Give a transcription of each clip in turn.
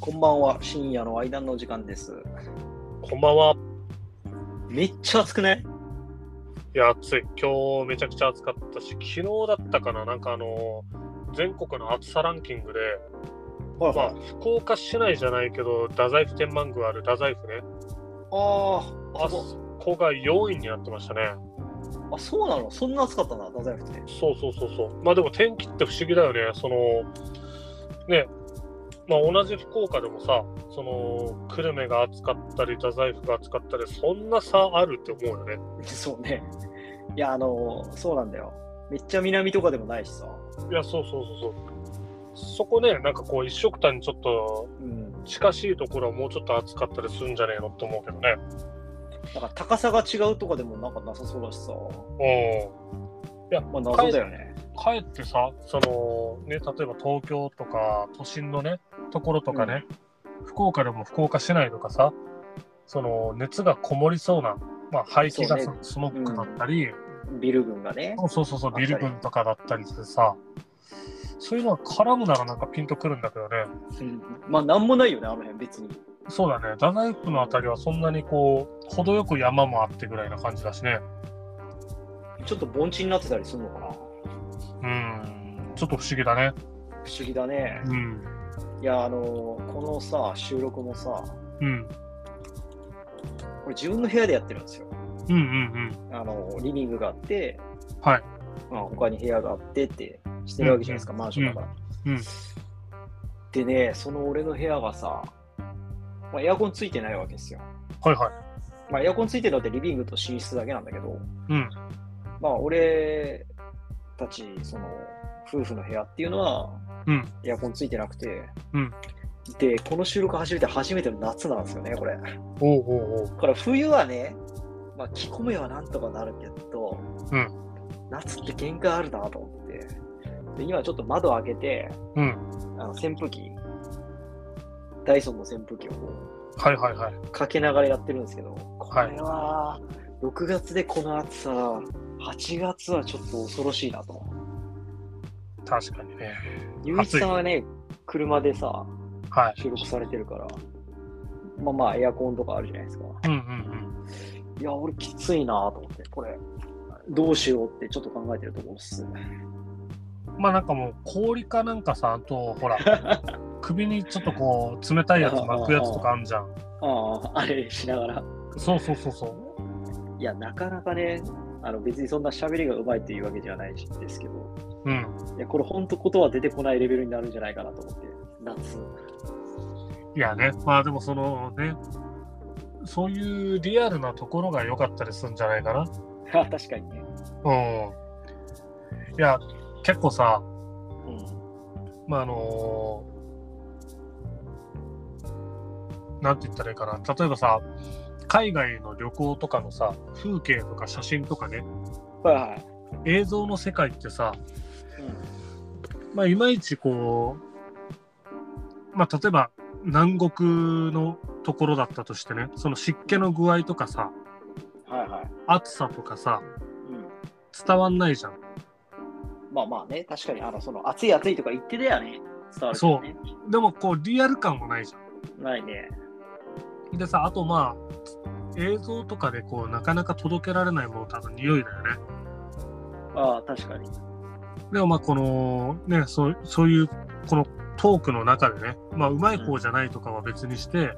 こんばんは、深夜の間の時間です。こんばんは。めっちゃ暑くないいや、暑い。今日めちゃくちゃ暑かったし、昨日だったかな、なんかあの、全国の暑さランキングで、はいまあ、福岡市内じゃないけど、太宰府天満宮ある太宰府ね、ああ、ああそそこが4位になってましたね。あ、そうなのそんな暑かったな、太宰府って。そうそうそうそう。まあでも天気って不思議だよね。その、ね、まあ同じ福岡でもさ、その、久留米が暑かったり、太宰府が暑かったり、そんな差あるって思うよね。 そうね。いや、あのー、そうなんだよ。めっちゃ南とかでもないしさ。いや、そうそうそうそう。そこね、なんかこう、一緒くたにちょっとうん。近しいところはもうちょっと暑かったりするんじゃねえのって思うけどね。なんか高さが違うとかでもなんかなさそうだしさ。うまあ、謎だよね。ん。かえってさ、その、ね、例えば東京とか都心のね、ところとかね、福岡でも福岡市内とかさ、その、熱がこもりそうな、まあ、排気ガスそうのスモックだったり、ビル群がね。そうそうそうそう、ビル群とかだったりしてさ、そういうのが絡むならなんかピンとくるんだけどね。うん。まあ、なんもないよね、あの辺、別に。そうだね、ダナイプのあたりはそんなにこう、程よく山もあってぐらいな感じだしね。ちょっと盆地になってたりするのかな。うん、ちょっと不思議だね。不思議だね。うん。いや、あのー、このさ、収録もさ、うん。これ自分の部屋でやってるんですよ。うんうんうん。あのリビングがあって、はい。まあ、他に部屋があってってしてるわけじゃないですか、マンションだから。うんうんでね、その俺の部屋がさ、まあ、エアコンついてないわけですよ。はいはい。まあ、エアコンついてるのってリビングと寝室だけなんだけど、うん。まあ、俺たち、その、夫婦の部屋っていうのは、うんエアコンついてなくて、うんで、この収録始めて初めての夏なんですよね、これ。だおうおうおう。から冬はね、まあ、着込めはなんとかなるけど、うん夏って限界あるなと思って、で今ちょっと窓開けて、うん。あの扇風機、ダイソンの扇風機をこはいはいはい。うかけながらやってるんですけど、これは6月でこの暑さ、8月はちょっと恐ろしいなと。確かにね。ゆういちさんはね、車でさ、はい。収録されてるから、まあまあエアコンとかあるじゃないですか。うんうんいや、俺きついなと思って、これ、どうしようってちょっと考えてるところっす。うん。まあなんかもう、氷かなんかさ、あと、ほら、首にちょっとこう、冷たいやつ巻くやつとかあるじゃん。ああ、あ れしながら。そうそうそうそう。いや、なかなかね、あの別にそんな喋りがうまいっていうわけじゃないしですけど、うん。いや、これ本当言葉出てこないレベルになるんじゃないかなと思って、夏。いやね、まあでもそのね、そういうリアルなところが良かったりするんじゃないかな。あ 確かにね。うん。いや、結構さ、うん。まああのなんて言ったらいいかな。例えばさ、海外の旅行とかのさ、風景とか写真とかね、はいはい。映像の世界ってさ、うんまあいまいちこう、まあ例えば南国のところだったとしてね、その湿気の具合とかさ、はいはい。暑さとかさ、う伝わんないじゃん。ん。まあまあね、確かに、あの、その、暑い暑いとか言ってたよね。伝わるけどね。でもこうリアル感もないじゃないね。ん。でさあとまあ映像とかでこうなかなか届けられないもの多分匂いだよね。ああ、確かに。でもまあこのねそうそういうこのトークの中でねまあうまい方じゃないとかは別にして、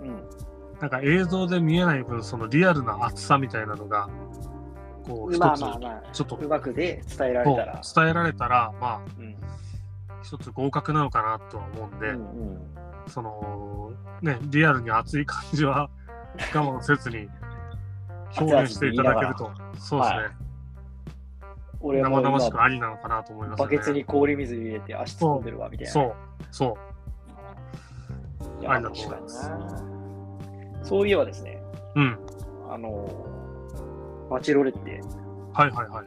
うん。なんか映像で見えない分そのリアルな熱さみたいなのがこう一つまあまあまあ、ちょっとこうまくで伝えらうれたら。伝えられたらまうん。あ一つ合格なのかなとは思うんで、うんうん。そのねリアルに熱い感 じは我慢せずに表現していただけるとそうですね、俺はも生う今々しくありなのかなと思います、ね、バケツに氷水入れて足突っ込んでるわみたいな。そうそういやありだと確か思いまにすな。そういえばですね、うんあの、バチェロレってはいはいはい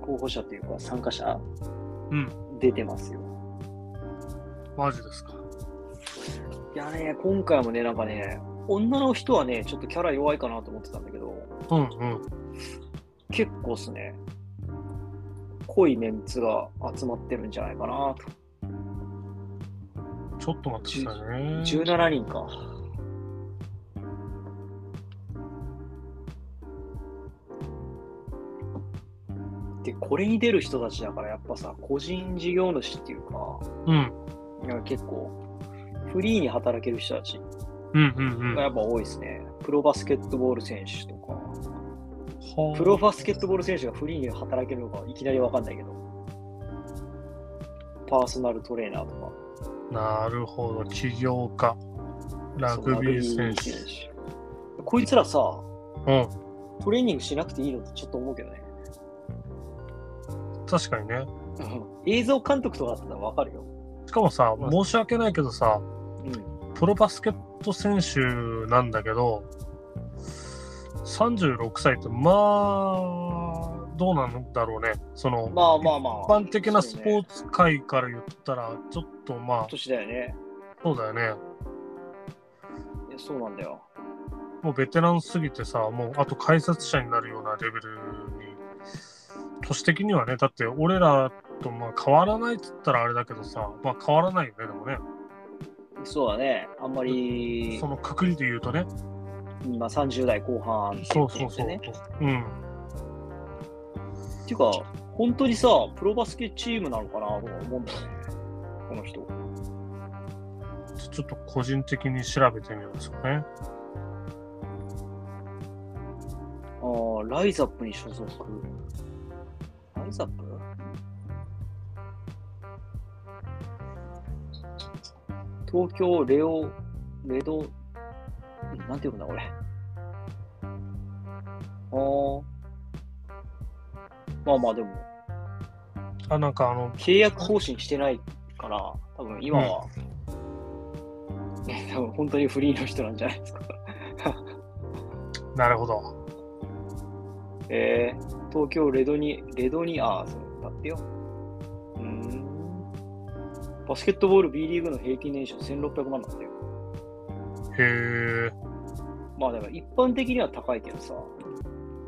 候補者というか参加者うん出てますよ。マジですかいやね、今回もね、なんかね、女の人はね、ちょっとキャラ弱いかなと思ってたんだけど、うんうん結構っすね、濃いメンツが集まってるんじゃないかなと。ちょっと待ってくださいね。 17人か。で、これに出る人たちだから、やっぱさ、個人事業主っていうか、うん。なんか結構、フリーに働ける人たちうんうんうん。がはやっぱ多いですね。プロバスケットボール選手とか、あプロバスケットボール選手がフリーに働けるのかいきなりわかんないけど、パーソナルトレーナーとか、なるほど。起業家。ラそのグビー選手。手こいつらさ、うん。トレーニングしなくていいのってちょっと思うけどね。確かにね。映像監督とかだったらわかるよ。しかもさ、まあ申し訳ないけどさ、うん。プロバスケット選手なんだけど、36歳って、まあ、どうなんだろうね。その、まあまあまあ。一般的なスポーツ。ツ界から言ったら、ちょっとまあ、年だよね。そうだよね。いやそうなんだよ。もうベテランすぎてさ、もうあと解説者になるようなレベルに、年的にはね、だって俺らとまあ変わらないって言ったらあれだけどさ、まあ変わらないよね、でもね。そうだね。あんまりそ、のくくりで言うとね。今30代後半ってそうそうそう。ね。うん。っていうか、本当にさ、プロバスケチームなのかなとか思うんだよね。この人。ちょっと個人的に調べてみようですかね。ああ、ライザップに所属。ライザップ東京レオ、レド、んなんて読むんだこれ。ああ。まあまあでも、あ、なんかあの、契約更新してないから、多分今は、ね 多分本当にフリーの人なんじゃないですか。なるほど。えー、東京レドニ、レドニアーズだってよ。うーん。バスケットボール B リーグの平均年収1600万なんだよ。へえ、まあだから一般的には高いけどさ。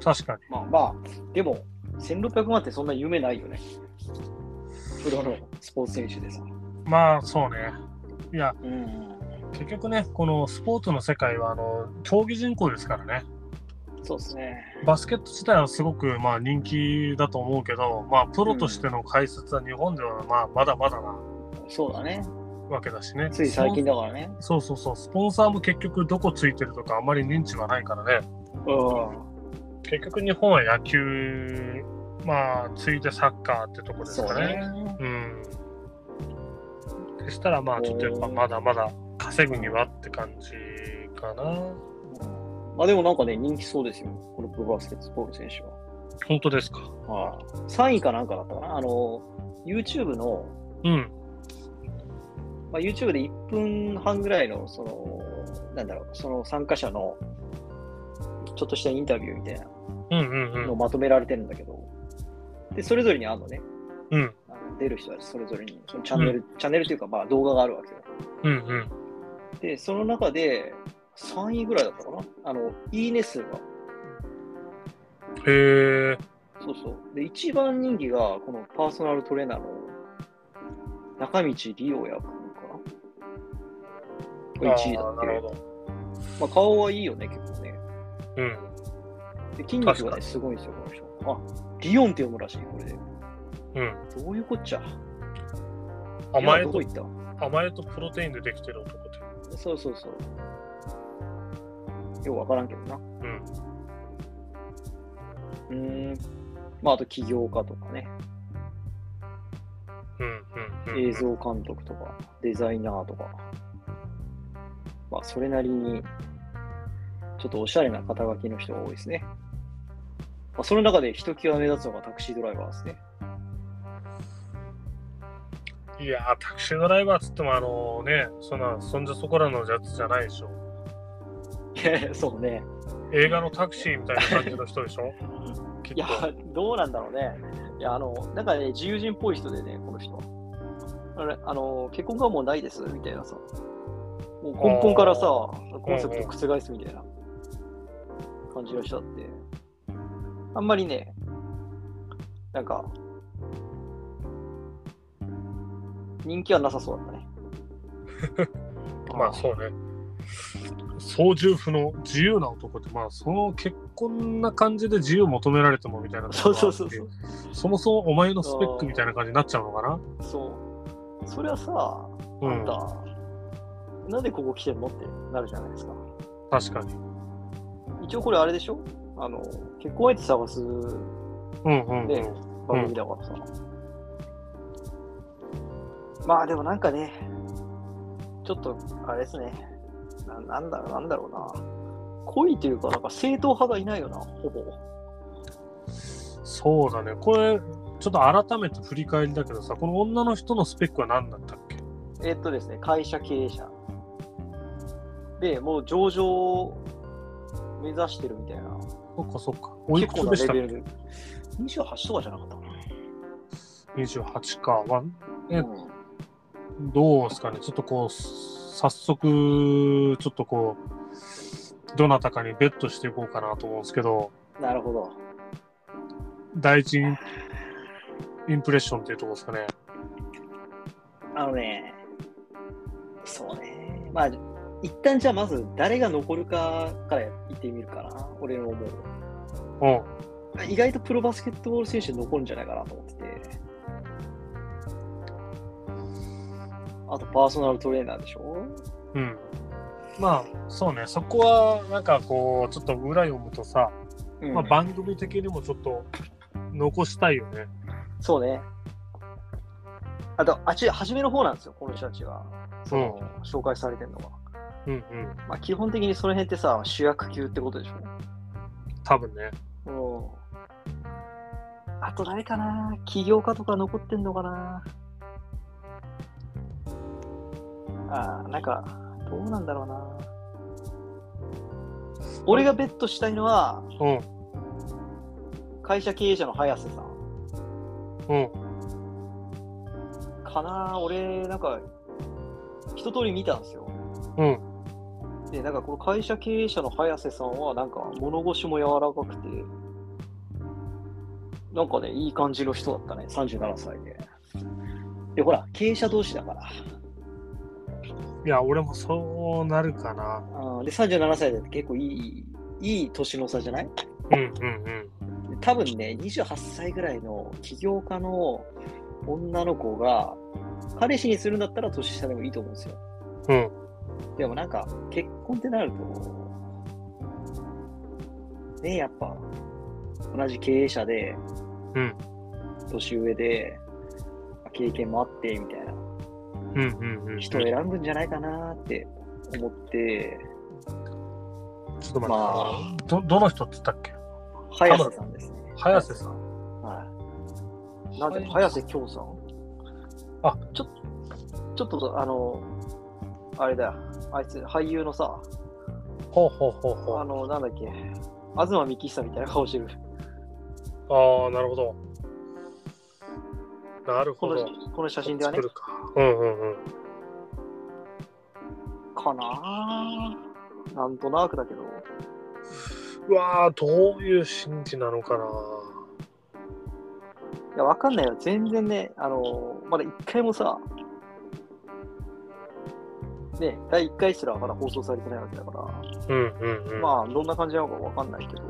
確かに。まあまあ、でも1600万ってそんな夢ないよね。プロのスポーツ選手でさ。まあ、そうね。いや、うん。結局ね、このスポーツの世界は、あの、競技人口ですからね。そうですね。バスケット自体はすごく、まあ、人気だと思うけど、まあ、プロとしての解説は日本では、まあ、まだまだなそうだね。わけだしね。つい最近だ。だからね。そうそうそう。スポンサーも結局どこついてるとかあんまり認知はないからね。う結局日本は野球、まあ、ついてサッカーってとこん。ですそかうね。ね。うん。そしたらまあちょっとやっぱまだまだ稼ぐにはって感じかな。まあでもなんかね、人気そうですよ。このプロバスケットボール選手は。本当ですか。はい、3位かなんかだったかな、あの YouTube の、うん。まあ、YouTube で1分半ぐらいのその、なんだろう、その参加者のちょっとしたインタビューみたいなうんうんうのをん。まとめられてるんだけど、でそれぞれにあるのね、うんあの出る人たちそれぞれに、そのチャンネル、チャンネルというか、まあ、動画があるわけよ。うんうん。で、その中で3位ぐらいだったかな、あのいいね数が。へえ。そうそう。で、一番人気が、このパーソナルトレーナーの中道理央也君かな。これ1位だあーっなてるほど。まあ、顔はいいよね、結構ね。うん。で、筋肉確がかね、にすごいんですよ、この人。あ、リオンって読むらしい、これで。うん。どういうこっちゃ甘いえやどこと行った甘えとプロテインでできてる男で。そうそうそう。よくわからんけどな。うん。うーん。まあ、あと起業家とかね、うんうんうん。映像監督とか、デザイナーとか。まあ、それなりに、ちょっとおしゃれな肩書きの人が多いですね。まあ、その中でひときわ目立つのがタクシードライバーですね。いやー、タクシードライバーっつってもあのね、そんな、そんじゃそこらのやつじゃないでしょ。いやいやそうね。 映画のタクシーみたいな感じの人で しょきっいやと。、どうなんだろうね。いや、あの、なんかね、自由人っぽい人でね、この人。あれ、あの、結婚がもうないです、みたいなさ。もう根本からさ、コンセプトを覆すみたいな感じの人だって。あんまりね、なんか、人気はなさそうだったね。まあそうね。操縦不能、自由な男って、まあその結婚な感じで自由求められてもみたいなとそころうがあそっうてそうそう。そもそもお前のスペックみたいな感じになっちゃうのかなそう。それはさ、うあんん。た、なんでここ来てんのってなるじゃないですか。確かに。一応これあれでしょあの、結婚相手探すうんうん、うんね番組だからさ。まあでもなんかね、ちょっとあれですね。ななんだろう、なんだろうな。恋というか、なんか正統派がいないよな、ほぼ。そうだね。これ、ちょっと改めて振り返りだけどさ、この女の人のスペックは何だったっけえっとですね、会社経営者。で、もう上場を目指してるみたいな。そっかそっか。おいくつで結した構っなレけベル。28とかじゃなかったかな。 ?28 か。まあ、えうんどうですかね。ちょっとこう、早速、ちょっとこう、どなたかにベットしていこうかなと思うんですけど、なるほど。第一インインプレッションっていうところですかね。あのね、そうね。まあ、一旦じゃあまず誰が残るかから言ってみるかな。俺の思う。うん。意外とプロバスケットボール選手残るんじゃないかなと思ってて。あとパーソナルトレーナーでしょうん。まあ、そうね。そこは、なんかこう、ちょっと裏読むとさ、うんまあ、番組的にもちょっと残したいよね。そうね。あと、あっち、初めの方なんですよ、この人たちは。その、紹介されてるのは。うんうん。まあ、基本的にその辺ってさ、主役級ってことでしょ多分ね。うん。あと誰かな起業家とか残ってんのかなあーなんか、どうなんだろうな。俺がベットしたいのは、うん。会社経営者の早瀬さんうん。かな。俺、なんか、一通り見たんですよ。うん。で、なんかこの会社経営者の早瀬さんは、なんか物腰も柔らかくて、なんかね、いい感じの人だったね、37歳で。で、ほら、経営者同士だから。いや、俺もそうなるかな。あーで、37歳で結構いい、いい年の差じゃないうんうんで多分ね、28歳ぐらいの起業家の女の子が、彼氏にするんだったら年下でもいいと思うんですよ。うん。うん。でもなんか、結婚ってなると、ねやっぱ、同じ経営者で、うん年上で、経験もあって、みたいなうんうんうん。人を選ぶんじゃないかなって思って、ちょっと待って、まどどの人って言ったっけ早瀬さんですね。早瀬さん。はい。なんで、早瀬京さんあちょちょっと、あの、あれだよ、あいつ、俳優のさ、ほうほうほうほう。あの、なんだっけ、東幹久みたいな顔してる。ああ、なるほど。なるこほど。のこの写真ではね作。るか。うんうんうん。かなぁなんとなくだけど。うわあ、どういう心理なのかな。いや、わかんないよ。全然ね、あのーまだ一回もさ、ね、第1回すらまだ放送されてないわけだから、うんうんうん。まあ、どんな感じなのかわかんないけど、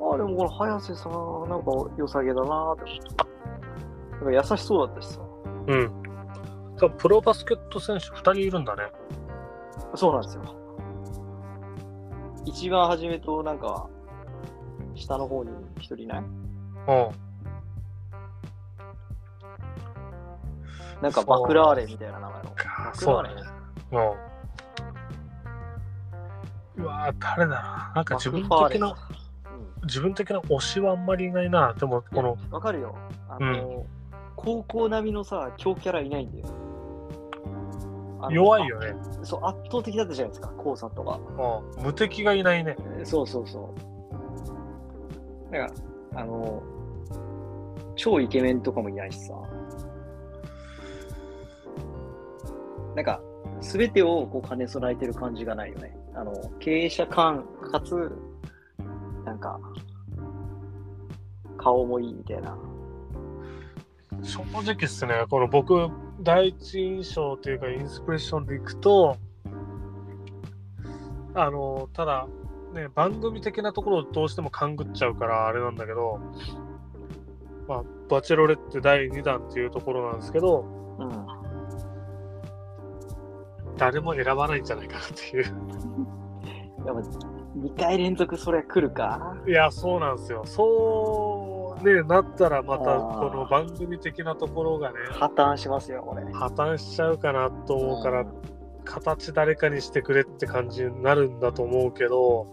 まあ、でもこの早瀬さん、なんか良さげだなぁって思って。なんか優しそうだったしさ。うん。だからプロバスケット選手2人いるんだね。そうなんですよ。一番初めと、なんか、下の方に一人いないうん。なんかバクラーレみたいな名前の。かバクそラーうレね。うん。うわー誰だな。なんか自分的な、自分的な推しはあんまりいないな。でも、この、わかるよ。あの、高校並みのさ、強キャラいないんだよ。あの弱いよね。あそう、圧倒的だったじゃないですか、コウさんとか。うん。無敵がいないね。えーそうそうそう。だから、あの、超イケメンとかもいないしさ。なんか、すべてをこう兼ね備えてる感じがないよね。あの、経営者感、かつ、なんか、顔もいいみたいな。正直っすね、この僕、第一印象というかインスピレーションでいくとあのただね番組的なところをどうしても勘ぐっちゃうからあれなんだけど、まあ、バチェロレッテ第2弾っていうところなんですけどうん。誰も選ばないんじゃないかなっていう やっぱ2回連続それ来るか。いやそうなんですよそうねなったらまたあーこの番組的なところがね破綻しますよ、これ。破綻しちゃうかなと思うから、うん形誰かにしてくれって感じになるんだと思うけど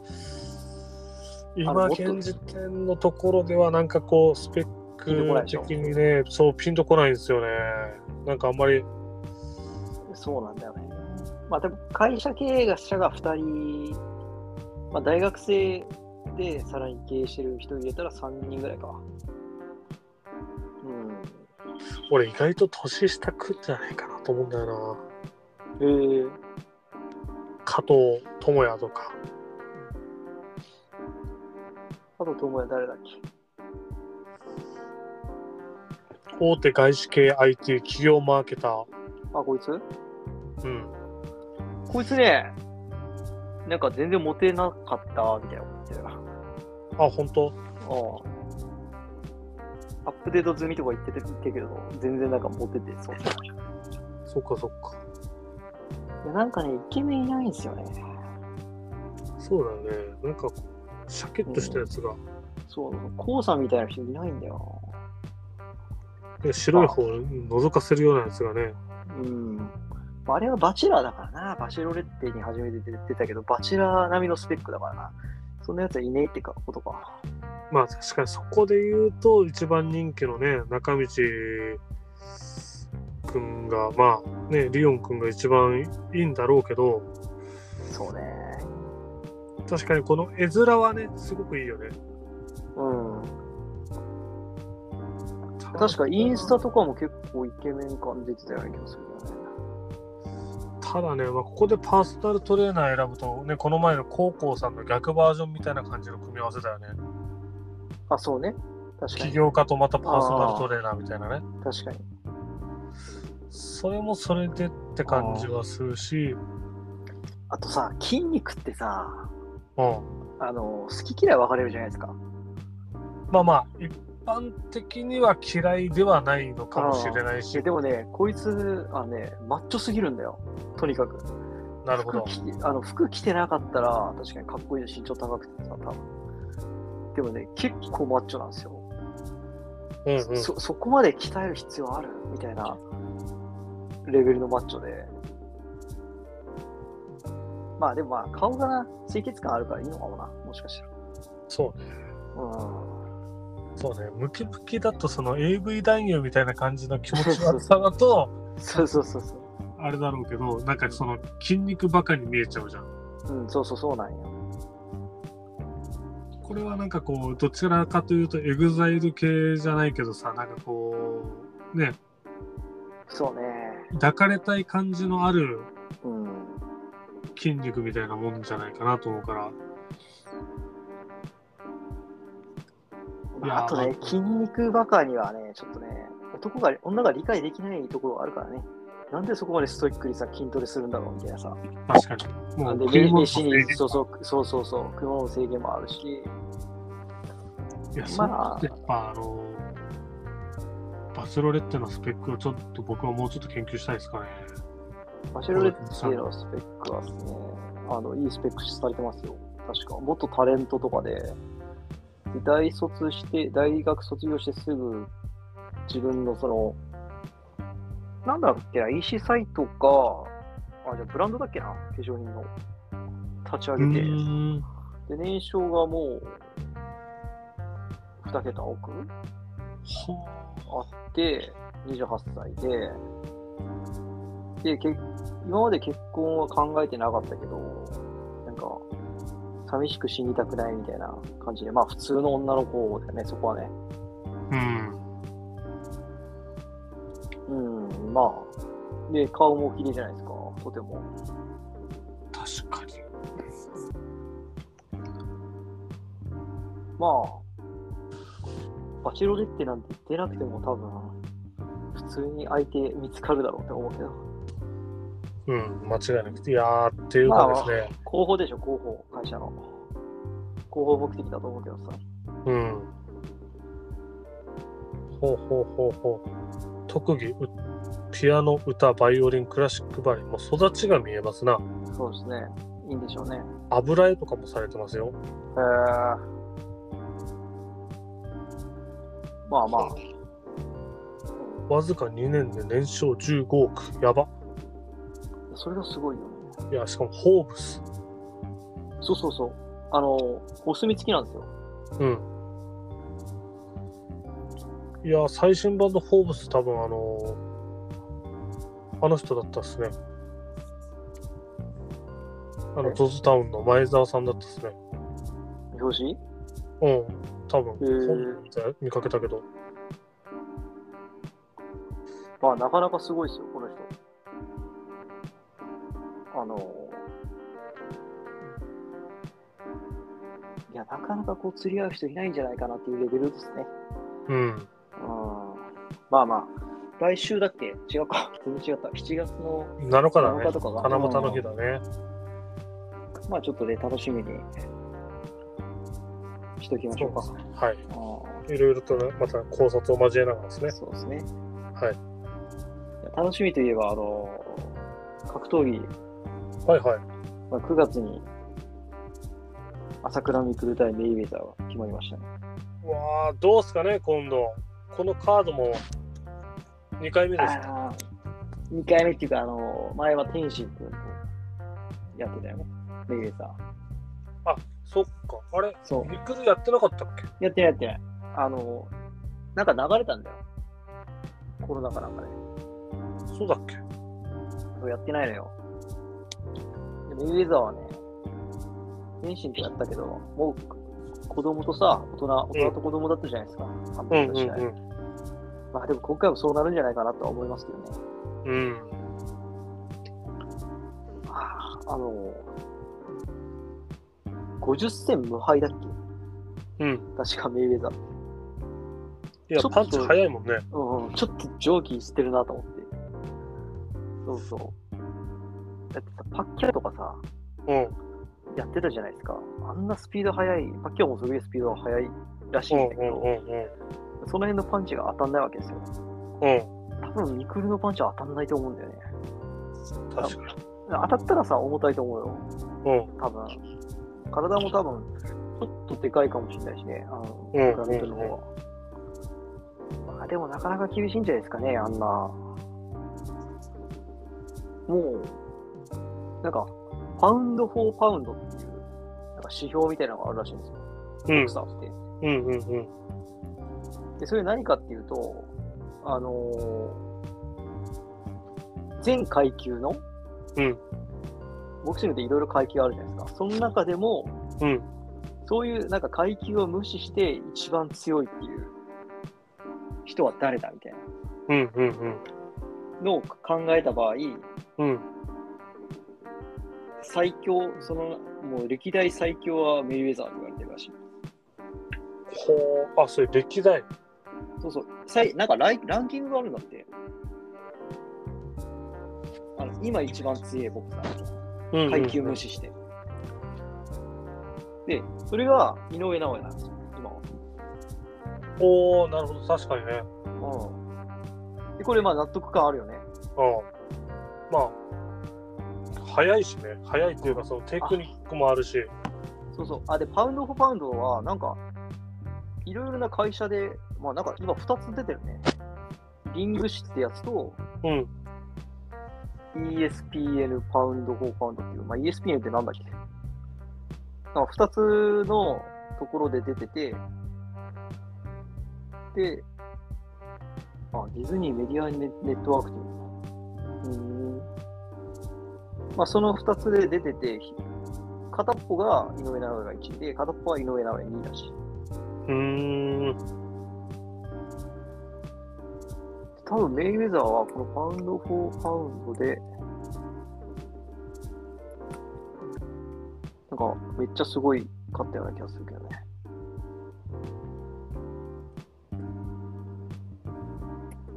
今あの現時点のところではなんかこうスペッピンとこないクでしょ的にねそうピンとこないんですよねなんかあんまりそうなんだよね。まあでも会社経営者が2人、まあ、大学生でさらに経営してる人入れたら3人ぐらいか。うん。俺意外と年下くんじゃないかなと思うんだよえー、な加藤智也とかあと友也誰だっけ大手外資系 IT 企業マーケターあ、こいつうんこいつね、なんか全然モテなかったみたいなこと言ってたよ。あ本当ああアップデート済みとか言ってて言ってるけど、全然なんかモテてそう。そっかそっかいやなんかね、イケメンいないんですよね。そうだよねなんかこうシャキッとしたやつがそう、コウさんみたいな人いないんだよ。で白い方を覗かせるようなやつがね、うん。まああれはバチェラーだからな。バチェロレッテに初めて出てたけど、バチェラー並みのスペックだからな。そんなやつはいねえってかことか。まあ確かにそこで言うと、一番人気のね、中道くんが、まあね、リオンくんが一番いいんだろうけど、そうね。確かにこの絵面はね、すごくいいよね。うん。確かインスタとかも結構イケメン感じてたような気がするけどね。ただね、まあ、ここでパーソナルトレーナー選ぶと、ね、この前の高校さんの逆バージョンみたいな感じの組み合わせだよね。あ、そうね。確か起に。業家とまたパーソナルトレーナーみたいなね。確かに。それもそれでって感じはするし、あとさ、筋肉ってさ、うん。あの、好き嫌い分かれるじゃないですか。まあまあ一般的には嫌いではないのかもしれないいやしでもね、こいつ、あのね、マッチョすぎるんだよ。とにかく。なるほど服着てあの服着てなかったら、確かにかっこいいし身長高くてさ、多分でもね、結構マッチョなんですよ。うんうんそそこまで鍛える必要あるみたいなレベルのマッチョで。まあでもまあ、顔がな、清潔感あるからいいのかもな、もしかしたら。そうねうん。そうねムキムキだとその AV 男優みたいな感じの気持ち悪さだとそうそうそうそう。あれだろうけどなんかその筋肉ばかり見えちゃうじゃんうん、そうそうそうなんよ。これはなんかこうどちらかというとエグザイル系じゃないけどさなんかこうねそうね。抱かれたい感じのあるうん。筋肉みたいなもんじゃないかなと思うからいやーあとね、筋肉バカにはね、ちょっとね、男が、女が理解できないところがあるからね。なんでそこまでストイックにさ、筋トレするんだろうみたいなさ。確かになもんうで、食いめ物の飯制に限、そうそう、そうそうそう、食い物の制限もあるし、いや、まあそうやっぱあの、バチェロレッテのスペックをちょっと僕はもうちょっと研究したいですかね。マシュルレッチのスペックはですね、あの、いいスペックされてますよ。確か。元タレントとかで、で大卒して、大学卒業してすぐ、自分のその、なんだっけな、EC サイトか、あ、じゃあブランドだっけな、化粧品の。立ち上うげて、ーん。で、年商がもう、2桁億ほあって、28歳で、で、け今まで結婚は考えてなかったけど、なんか、寂しく死にたくないみたいな感じで、まあ普通の女の子だよね、そこはね。うん。うん、まあ。で、顔も綺麗じゃないですか、とても。確かに。まあ、バチェロレッテなんて出なくても多分、普通に相手見つかるだろうって思うけど、うん、間違いなくて。いやー、っていうかですね、広報でしょ、広報、会社の。広報目的だと思うけどさ。うん。ほうほうほうほう。特技、うピアノ、歌、バイオリン、クラシックバレエ、もう育ちが見えますな。そうですね。いいんでしょうね。油絵とかもされてますへよ。え。まあまあ、わずか2年で年商15億。やば。それがすごいよね。いや、しかも、ホーブス。そうそうそう。あの、お墨付きなんですよ。うん。いや、最新版のフォーブス、多分あのーあの人だったっすね。あえの、ゾズタウンの前澤さんだったっすね。表紙うん、多分、ー本で見かけたけど。まあ、なかなかすごいですよ、この人。あの、いや、なかなかこう、釣り合う人いないんじゃないかなっていうレベルですね。うん。うん。まあまあ、来週だっけ違うか。全然違った。7月の、 7日だ7日ね。とかが七夕の日だね。まあちょっとね、楽しみにしときましょうか。そうはい。ういろいろとね、また考察を交えながらですねん。そうですね。はいいや。楽しみといえば、あの、格闘技、はいはい。まあ、9月に朝倉未来対メイウェザーが決まりましたね。うわー、どうすかね、今度。このカードも2回目です。ああ、2回目っていうか、あの、前は天心君とやってたよね。メイウェザー。そっか。あれそう。リクルやってなかったっけやってないやってない。あの、なんか流れたんだよ。コロナかなんかで、そうだっけそうやってないのよ。でメイウェザーはね、天心とやったけど、もう子供とさ、大人、大人と子供だったじゃないですか。半分の試合んまあでも今回もそうなるんじゃないかなとは思いますけどね。うん。ああの、50戦無敗だっけうん。確かメイウェザー。いやちょっと、パンチ早いもんね。うん、ちょっと上気してるなと思って。そうそう。だってさ、パッキャオとかさ、うん。やってたじゃないですか。あんなスピード速い、パッキャオもすげえスピードが速いらしいうんんだけうんど、うんその辺のパンチが当たんないわけですよ。うん。多分、ミクルのパンチは当たんないと思うんだよね。うん。確かに。当たったらさ、重たいと思うよ。うん。多分。体も多分、ちょっとでかいかもしれないしね。あの、うんグラネットの方は。まあでもなかなか厳しいんじゃないですかね、あんな。もう、なんか、パウンド・フォー・パウンドっていう、なんか指標みたいなのがあるらしいんですよ。うボんク。サーって。うんうんうん。で、それ何かっていうと、あのー全階級の、うんボクシングっていろいろ階級あるじゃないですか。その中でも、うん。そういうなんか階級を無視して一番強いっていう人は誰だみたいうんうんうん。なのを考えた場合、うん。最強、そのもう歴代最強はメイウェザーって言われてるらしい。ほう。あ、それ歴代。そうそう、最なんかライランキングがあるんだって。あの今一番強いボクサー、うんうんうん階級無視して。で、それが井上尚弥なんですよ、今は。おおなるほど。確かにね。うん、でこれ、まあ納得感あるよね。うん。まあ、早いしね。早いっていうか、そのテクニックもあるし。そうそう。あ、で、パウンド・フォー・パウンドは、なんか、いろいろな会社で、まあなんか今2つ出てるね。リング誌ってやつと、うん。 ESPN パウンド・フォー・パウンドっていう、まあ ESPN ってなんだっけなんか2つのところで出てて、で、あ、ディズニーメディアネネットワークっていうのかな。うーん。まあその2つで出てて、片っぽが井上尚弥が1位で、片っぽは井上尚弥2位だし。うーん。多分メイウェザーはこのパウンド・フォー・パウンドで、なんかめっちゃすごい勝ったような気がするけどね。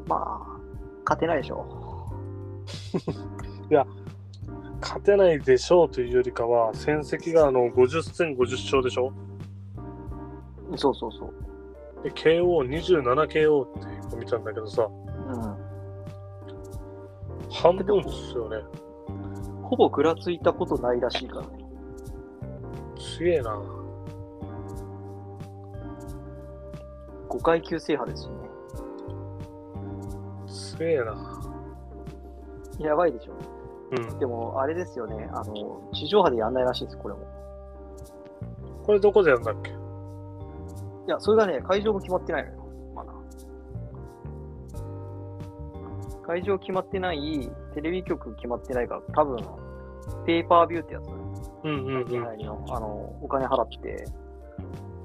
まあ、勝てないでしょ。勝てないでしょうというよりかは、戦績があの50戦50勝でしょそうそうそう。で、KO27KO っていうの見たんだけどさ、う半分ですよね。ん。ほぼぐらついたことないらしいからね。すげえな。 5階級制覇ですよね。すげえな。やばいでしょ。うん。でも、あれですよね。あの、地上波でやんないらしいです、これも。これどこでやるんだっけいや、それがね、会場も決まってないのよ。まだ。会場決まってない、テレビ局決まってないから、多分、ペーパービューってやつ、うんうんうん。はいのあの、お金払って、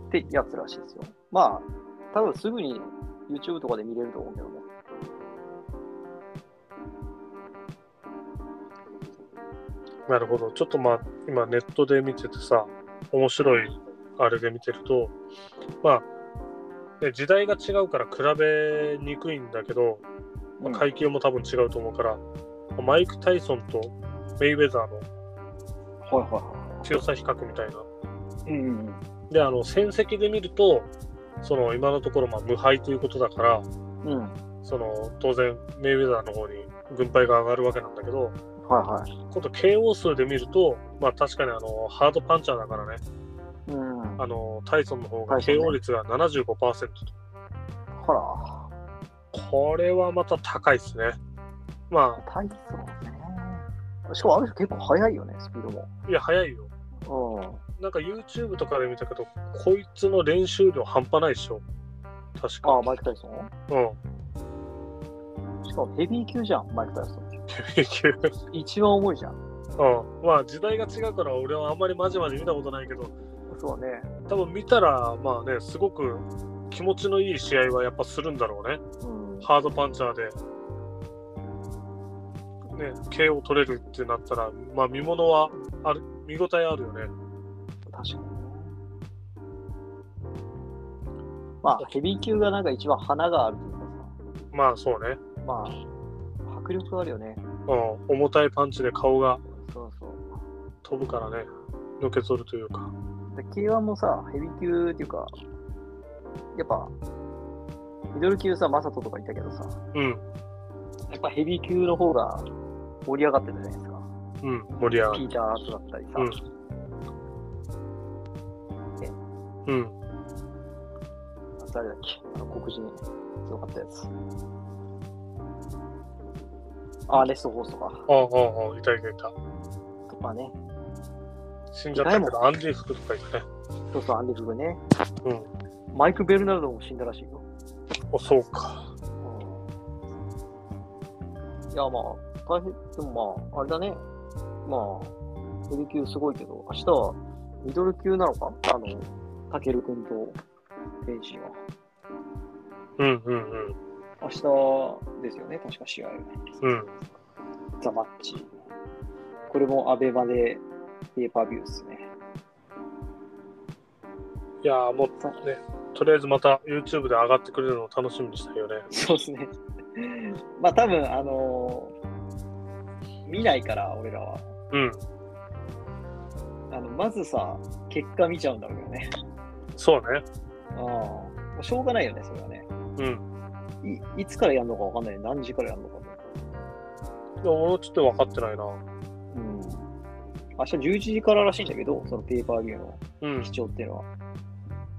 ってやつらしいですよ。まあ、多分すぐに YouTube とかで見れると思うけどね。なるほど。ちょっとまあ、今ネットで見ててさ、面白いあれで見てると、まあ、ね時代が違うから比べにくいんだけど、まあうん階級も多分違うと思うから、マイク・タイソンとメイウェザーのはいは強さ比較みたいな。い。うん。で、あの、戦績で見ると、その今のところまあ無敗ということだから、うん。はいその当然メイウェザーの方に軍配が上がるわけなんだけど、はい。今度 KO 数で見ると、まあ確かにあの、ハードパンチャーだからね、うん。あのタイソンの方がタイソンね KO 率が75%と、ほら、これはまた高いですね。ま体操ね。しかもあの人結構速いよね、スピードあ、いや、早いよ。も。うん。なんか YouTube とかで見たけど、こいつの練習量半端ないでしょ。確あか。あ、マイク・タイソンうん。 しかもヘビー級じゃん、マイク・タイソン。ヘビー級。一番重いじゃん。うん。まあ、時代が違うから、俺はあんまりまじまじ見たことないけど、そうね。多分見たら、まあね、すごく気持ちのいい試合はやっぱするんだろうね。うん。ハードパンチャーで。ね、KO 取れるってなったら、まあ見物はある、見応えあるよね。確かに。まあ、ヘビー級がなんか一番花があるというかまあそうね、さ、まあ、迫力あるよね。うん、重たいパンチで顔がそうそう。飛ぶからね、のけぞるというか、で K1 もさ、ヘビー級っていうか、やっぱ、ミドル級さ、マサトとかいたけどさ、うん、やっぱヘビー級の方が盛り上がってたじゃないですか。うん、盛り上がピる。ーターとだったりさ、うん、誰だっけあの黒人強かったやつ。アーネスト・ホースとか、ああ、ああ、いたいたいた。とかね。死んじゃったけど、アンディ・フクとかいたね。そうそう、アンディ・フグね。うんマイク・ベルナルドも死んだらしいよ。あ、そうか。いや、まあ、大変、でもまあ、あれだね。まあ、ヘビー級すごいけど、明日はミドル級なのかあの、タケル君と天心は。うん、うん、うん、明日ですよね、確か試合。うん。ザ・マッチ。これもアベマでペーパービューですね。いやー、もうね、とりあえずまた YouTube で上がってくれるのを楽しみにしたいよね。そうですね。 まあ多分、あのー見ないから、俺らは。うん、あのまずさ、結果見ちゃうんだろうけどね。そうね。ああもうしょうがないよね、それはね。うん。いいつからやるのかわかんない。何時からやるのかね。でも俺はちょっと分かってないな。うん。明日11時かららしいんだけど、そのペーパービューのうん視、聴っていうのは。ま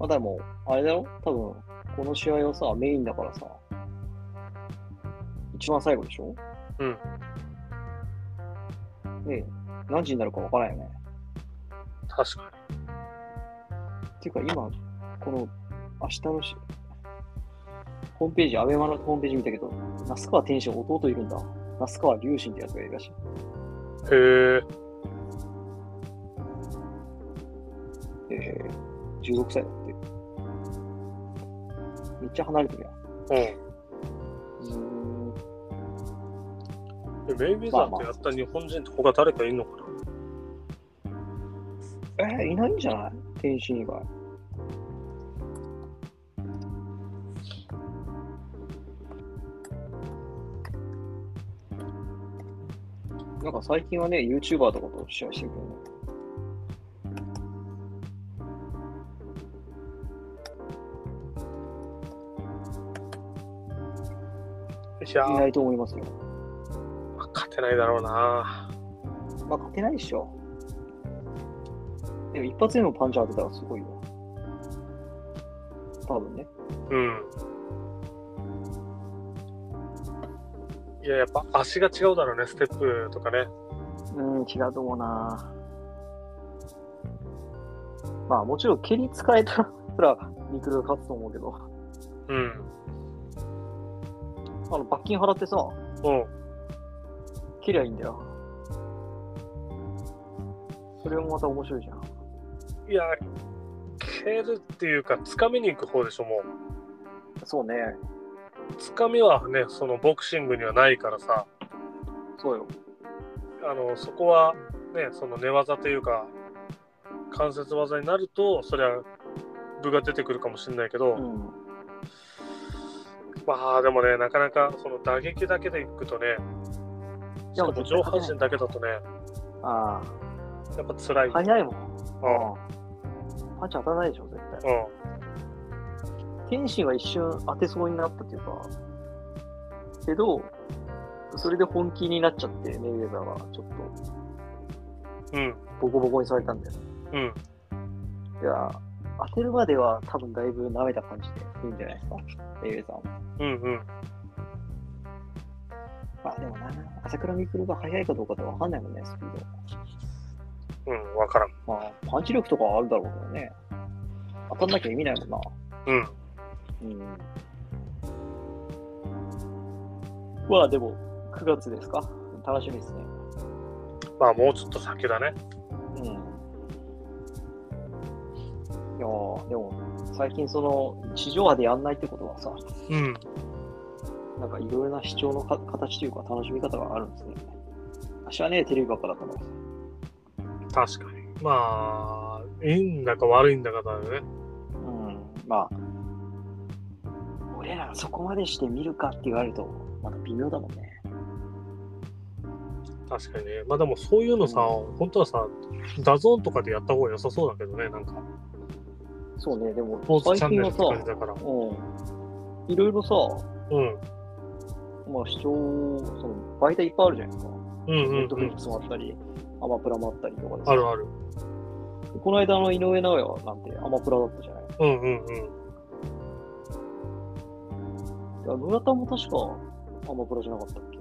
あでも、あれだろ多分、この試合はさ、メインだからさ、一番最後でしょうん。で、何時になるかわからないよね。確かっていうか今、この明日のしホームページ、アベマのホームページ見たけど、那須川天心弟いるんだ。那須川龍心ってやつがいるらしい。に。へえ、えー、16歳だって。めっちゃ離れてるや。うんうーんん。でメイウェザーってやった日本人って他誰かいんのかなえー、いないんじゃない天心以外。なんか最近はね、YouTuber とかと試合してるけどね。いやいーないと思いますよ。勝てないだろうな。まあ、勝てないでしょ。でも一発でもパンチ当てたらすごいよ。多分ね。うん。いや、やっぱ足が違うだろうね、ステップとかね。うん、違うと思うな。まあ、もちろん蹴り使えたら、 ミクルが勝つと思うけど、うん。あの、罰金払ってさ、うん。蹴りゃいいんだよ。それもまた面白いじゃん。いや、蹴るっていうか、掴みに行く方でしょ、もう。そうね。掴みはね、そのボクシングにはないからさ、そうよ。あの、そこはね、その寝技というか、関節技になると、そりゃ、部が出てくるかもしれないけど、うん。まあでもね、なかなかその打撃だけでいくとね、いしやかも上半身だけだとね、あやっぱ辛い。あ、早いもん。うんうんパンチ当たらないでしょ、絶対。うん天心は一瞬当てそうになったというか、けど、それで本気になっちゃって、メイウェザーはちょっとうんボコボコにされたんだよ。うんいや、当てるまでは多分だいぶ舐めた感じでいいんじゃないですか、メイウェザーも。うんうんまあでもな、朝倉未来が速いかどうかってわかんないもんね、スピーうんわからんド。まあ、パンチ力とかはあるだろうけどね。当たんなきゃ意味ないもんな。うんうん。まあでも、9月ですか楽しみですね。まあもうちょっと先だねうんいやーでも最近その地上波でやんないってことはさうんなんかいろいろな視聴のか形というか楽しみ方があるんですね私はねテレビばっかだったからさ確かにまあいいんだか悪いんだかだよねうんまあ俺らがそこまでして見るかって言われるとまだ微妙だもんね確かにねまあでもそういうのさ、本当はさダゾーンとかでやった方が良さそうだけどねなんかそうねでもスポーツチャ最ンネ近ルはってさ感じだからうんいろいろさ、うんまあ、視聴その媒体いっぱいあるじゃないですかうんネうんットフうリッんクスもあったりアマプラもあったりとかでさあるあるこの間の井上尚弥なんてアマプラだったじゃない。うんうんうんいや村田も確かアマプラじゃなかったっけ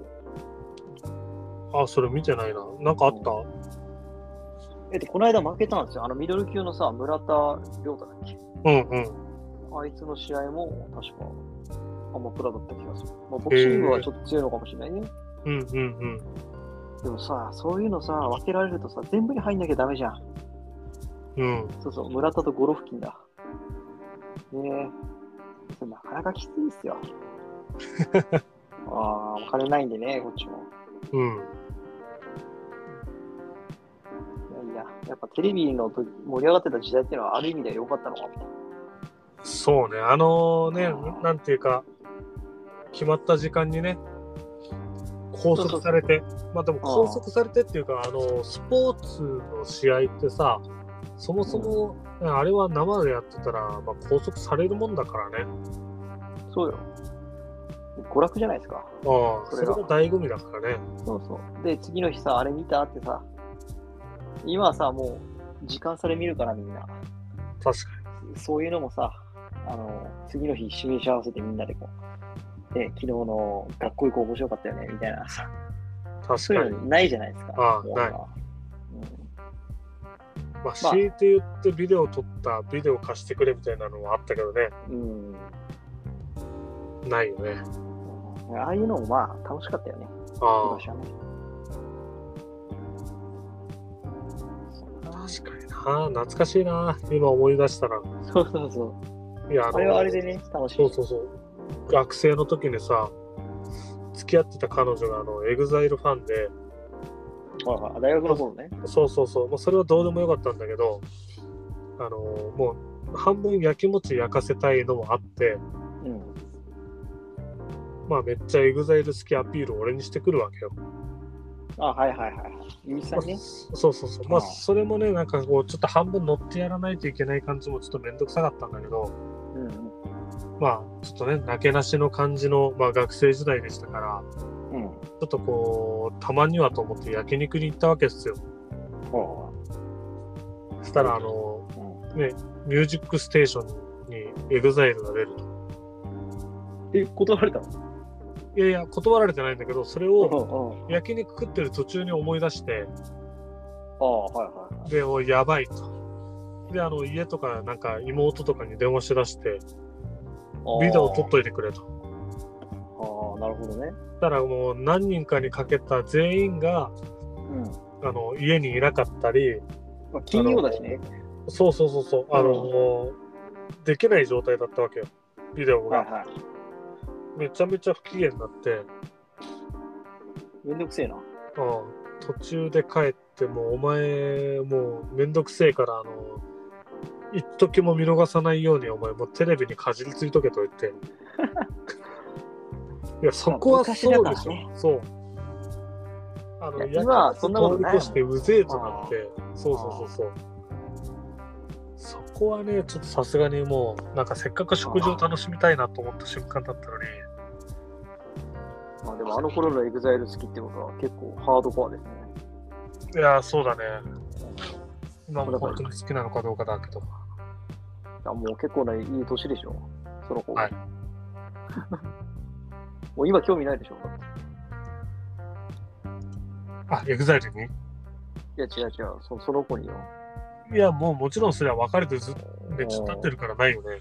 あそれ見てないななんかあった、えって、この間負けたんですよ。あのミドル級のさ、村田亮太だっけうん、うんあいつの試合も確かアマプラだった気がする。まあ、ボクシングはちょっと強いのかもしれないね。うんうんうんでもさ、そういうのさ、分けられるとさ、全部に入んなきゃダメじゃん。うんそうそう、村田とゴロフキンだ。ねえ。それなかなかきついっ すよ。ああ、お金ないんでね、こっちも。うんいやいや、やっぱテレビの時盛り上がってた時代っていうのはある意味では良かったのかも。そうね、あのねあー、なんていうか、決まった時間にね、拘束されて、まあでもあー拘束されてっていうか、あのスポーツの試合ってさ、そもそも、ねあれは生でやってたら、まあ、拘束されるもんだからね、そうよ。娯楽じゃないですか。ああそそれれがが醍醐味だからね。そうそう。で、次の日さ、あれ見たってさ、今はさ、もう時間差で見るからみんな。確かそういうのもさ、あの、次の日示し合わせてみんなでこう、で、昨日の学校行こう面白かったよね、みたいなさ、に、確そうかいうに。のないじゃないですか。ああもうないうんまあ、強いて言ってビデオ撮った、ビデオ貸してくれみたいなのはあったけどね、うん。ないよね。ああいうのもまあ楽しかったよね。ああ 昔はね。そうだな確かにな、懐かしいな、今思い出したら。そうそうそう。いや、あのあれはあれでね、楽しい。そうそうそう。学生の時にさ、付き合ってた彼女があのエグザイルファンで、はいはいあ大学の頃ね。そうそうそう、もうそれはどうでもよかったんだけど、あのもう半分焼きもち焼かせたいのもあって、うん。まあめっちゃエグザイル好きアピールを俺にしてくるわけよ。あ、はいはいはい。ゆみさんね。そうそうそう。まあ、ああそれもね、なんかこう、ちょっと半分乗ってやらないといけない感じもちょっとめんどくさかったんだけど、うんうんまあ、ちょっとね、なけなしの感じの、まあ、学生時代でしたから、うん。ちょっとこう、たまにはと思って焼肉に行ったわけですよ。ほそしたら、あの、う。うんミュージックステーションにエグザイルが出ると。え、断られたのいやいや、断られてないんだけど、それうをんうん。焼肉食ってる途中に思い出して、ああ、はいはいはい。で、おいやばいと。で、あの、家とか、なんか妹とかに電話しだして、ああビデオ撮っといてくれと。ああ、なるほどね。そしたらもう何人かにかけた全員がうん。あの家にいなかったりまあ、金曜だしね。そうそうそうそうあの、できない状態だったわけよビデオはいがはめちゃめちゃ不機嫌になって、うい。ん、めんどくせえな。途中で帰ってもうお前もうめんどくせえからあの一時も見逃さないようにお前もうテレビにかじりついとけと言って いやそこはそうでまあ昔だからしょ、ねそうあのいや今はそんなことない通り越してうぜえとなってそうそうそうそうそこはねちょっとさすがにもうなんかせっかく食事を楽しみたいなと思った瞬間だったのにまあでもあの頃のエグザイル好きってことは結構ハードコアですね。いやーそうだね今も本当に好きなのかどうかだけどあもう結構ないい年でしょ、その子。はい もう今興味ないでしょあエグザイルにいや違う違う、そその子によ。いやもうもちろんそれは別れてずっとねずっと経ってるからないよね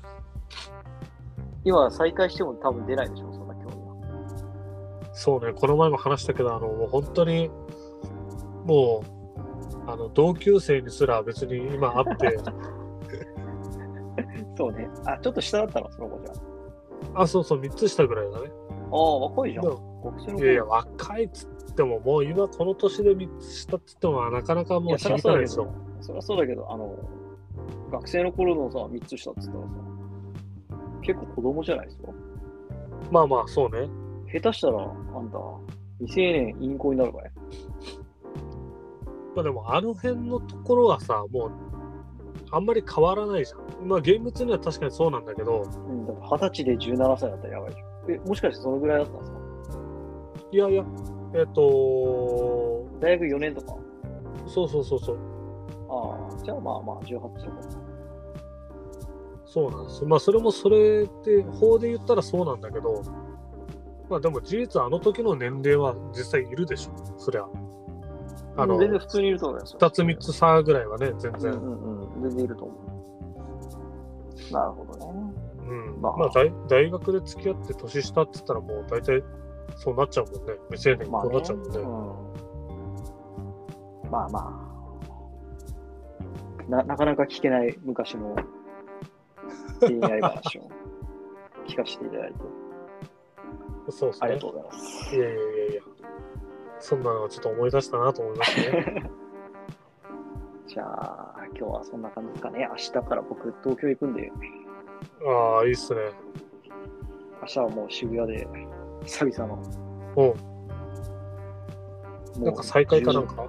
今再開しても多分出ないでしょ、そんな興味は。そうねこの前も話したけどあのもう本当にもうあの同級生にすら別に今会って そうね。あ、ちょっと下だったの、その子じゃ。あそうそう3つ下ぐらいだねああ、若いじゃん。で学も生のい子やいや、若いっつっても、もう今この年で3つ下っつっても、なかなかもう響かないですよ。。そりゃそうだけど、あの、学生の頃のさ、3つ下って言ったらさ、結構子供じゃないですか。まあまあ、そうね。下手したら、あんた、未成年隠行になるからね。まあでも、あの辺のところはさ、もう、あんまり変わらないじゃん。まあ、厳密には確かにそうなんだけど、うん、だって二十歳で17歳だったらやばいでしょ。え、もしかしてそのぐらいだったんですかいやいや、えっ、と大学4年とか。そうそうそうそう、ああ、じゃあまあまあ、18とか。そうなんです。まあ、それもそれって、法で言ったらそうなんだけど、まあでも事実、あの時の年齢は実際いるでしょ、そりゃ。あの、全然普通にいると思いますよ。 2つ3つ差ぐらいはね、全う然。んうんうん、全然いると思う。なるほどね。うんままああ、大大学で付き合って年下って言ったらもう大体そうなっちゃうもんね未成年まあこうね。なっちゃうもんうん、ね、まあまあな。なかなか聞けない昔の恋愛話を聞かせていた だいて、そうですあねりがとうございます。いやいやいやいやそんなのはちょっと思い出したなと思いました ねじゃあ、今日はそんな感じですかね。明日から僕、東京行くんで、ああいいっすね明日はもう渋谷で、久々の。おもうなんか再会かなんか10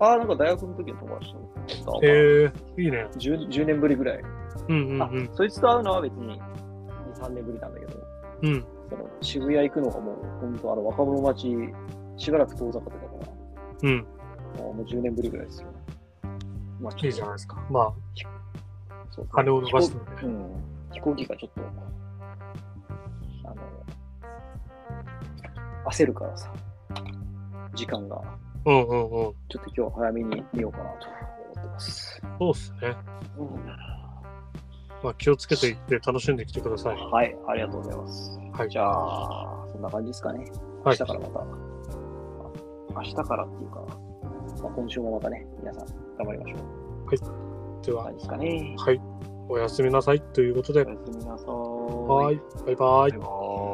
ああ、なんか大学の時の友達と。へええいいね 10, 10年ぶりぐらい。うんうんあうん、そいつと会うのは別に2、3年ぶりなんだけど、うんその渋谷行くのがもう、本当あの若者町、しばらく遠ざかってたから、うんあーもう10年ぶりぐらいですよ。まあ、いいじゃないですかまそうあ金を伸ばしても飛行うねん、飛行機がちょっと、あの、焦るからさ、時間が、うんうんうんちょっと今日は早めに見ようかなと思ってます。そうっすねうんまあ気をつけていって楽しんできてくださいはい、ありがとうございます。はいじゃあ、そんな感じですかね。明はい日からまた、明日からっていうか、まあ、今週もまたね、皆さん頑張りましょう。でこんなは感じですかね。はいおやすみなさいということでおやすみなさーい。はいババイバイイバーイ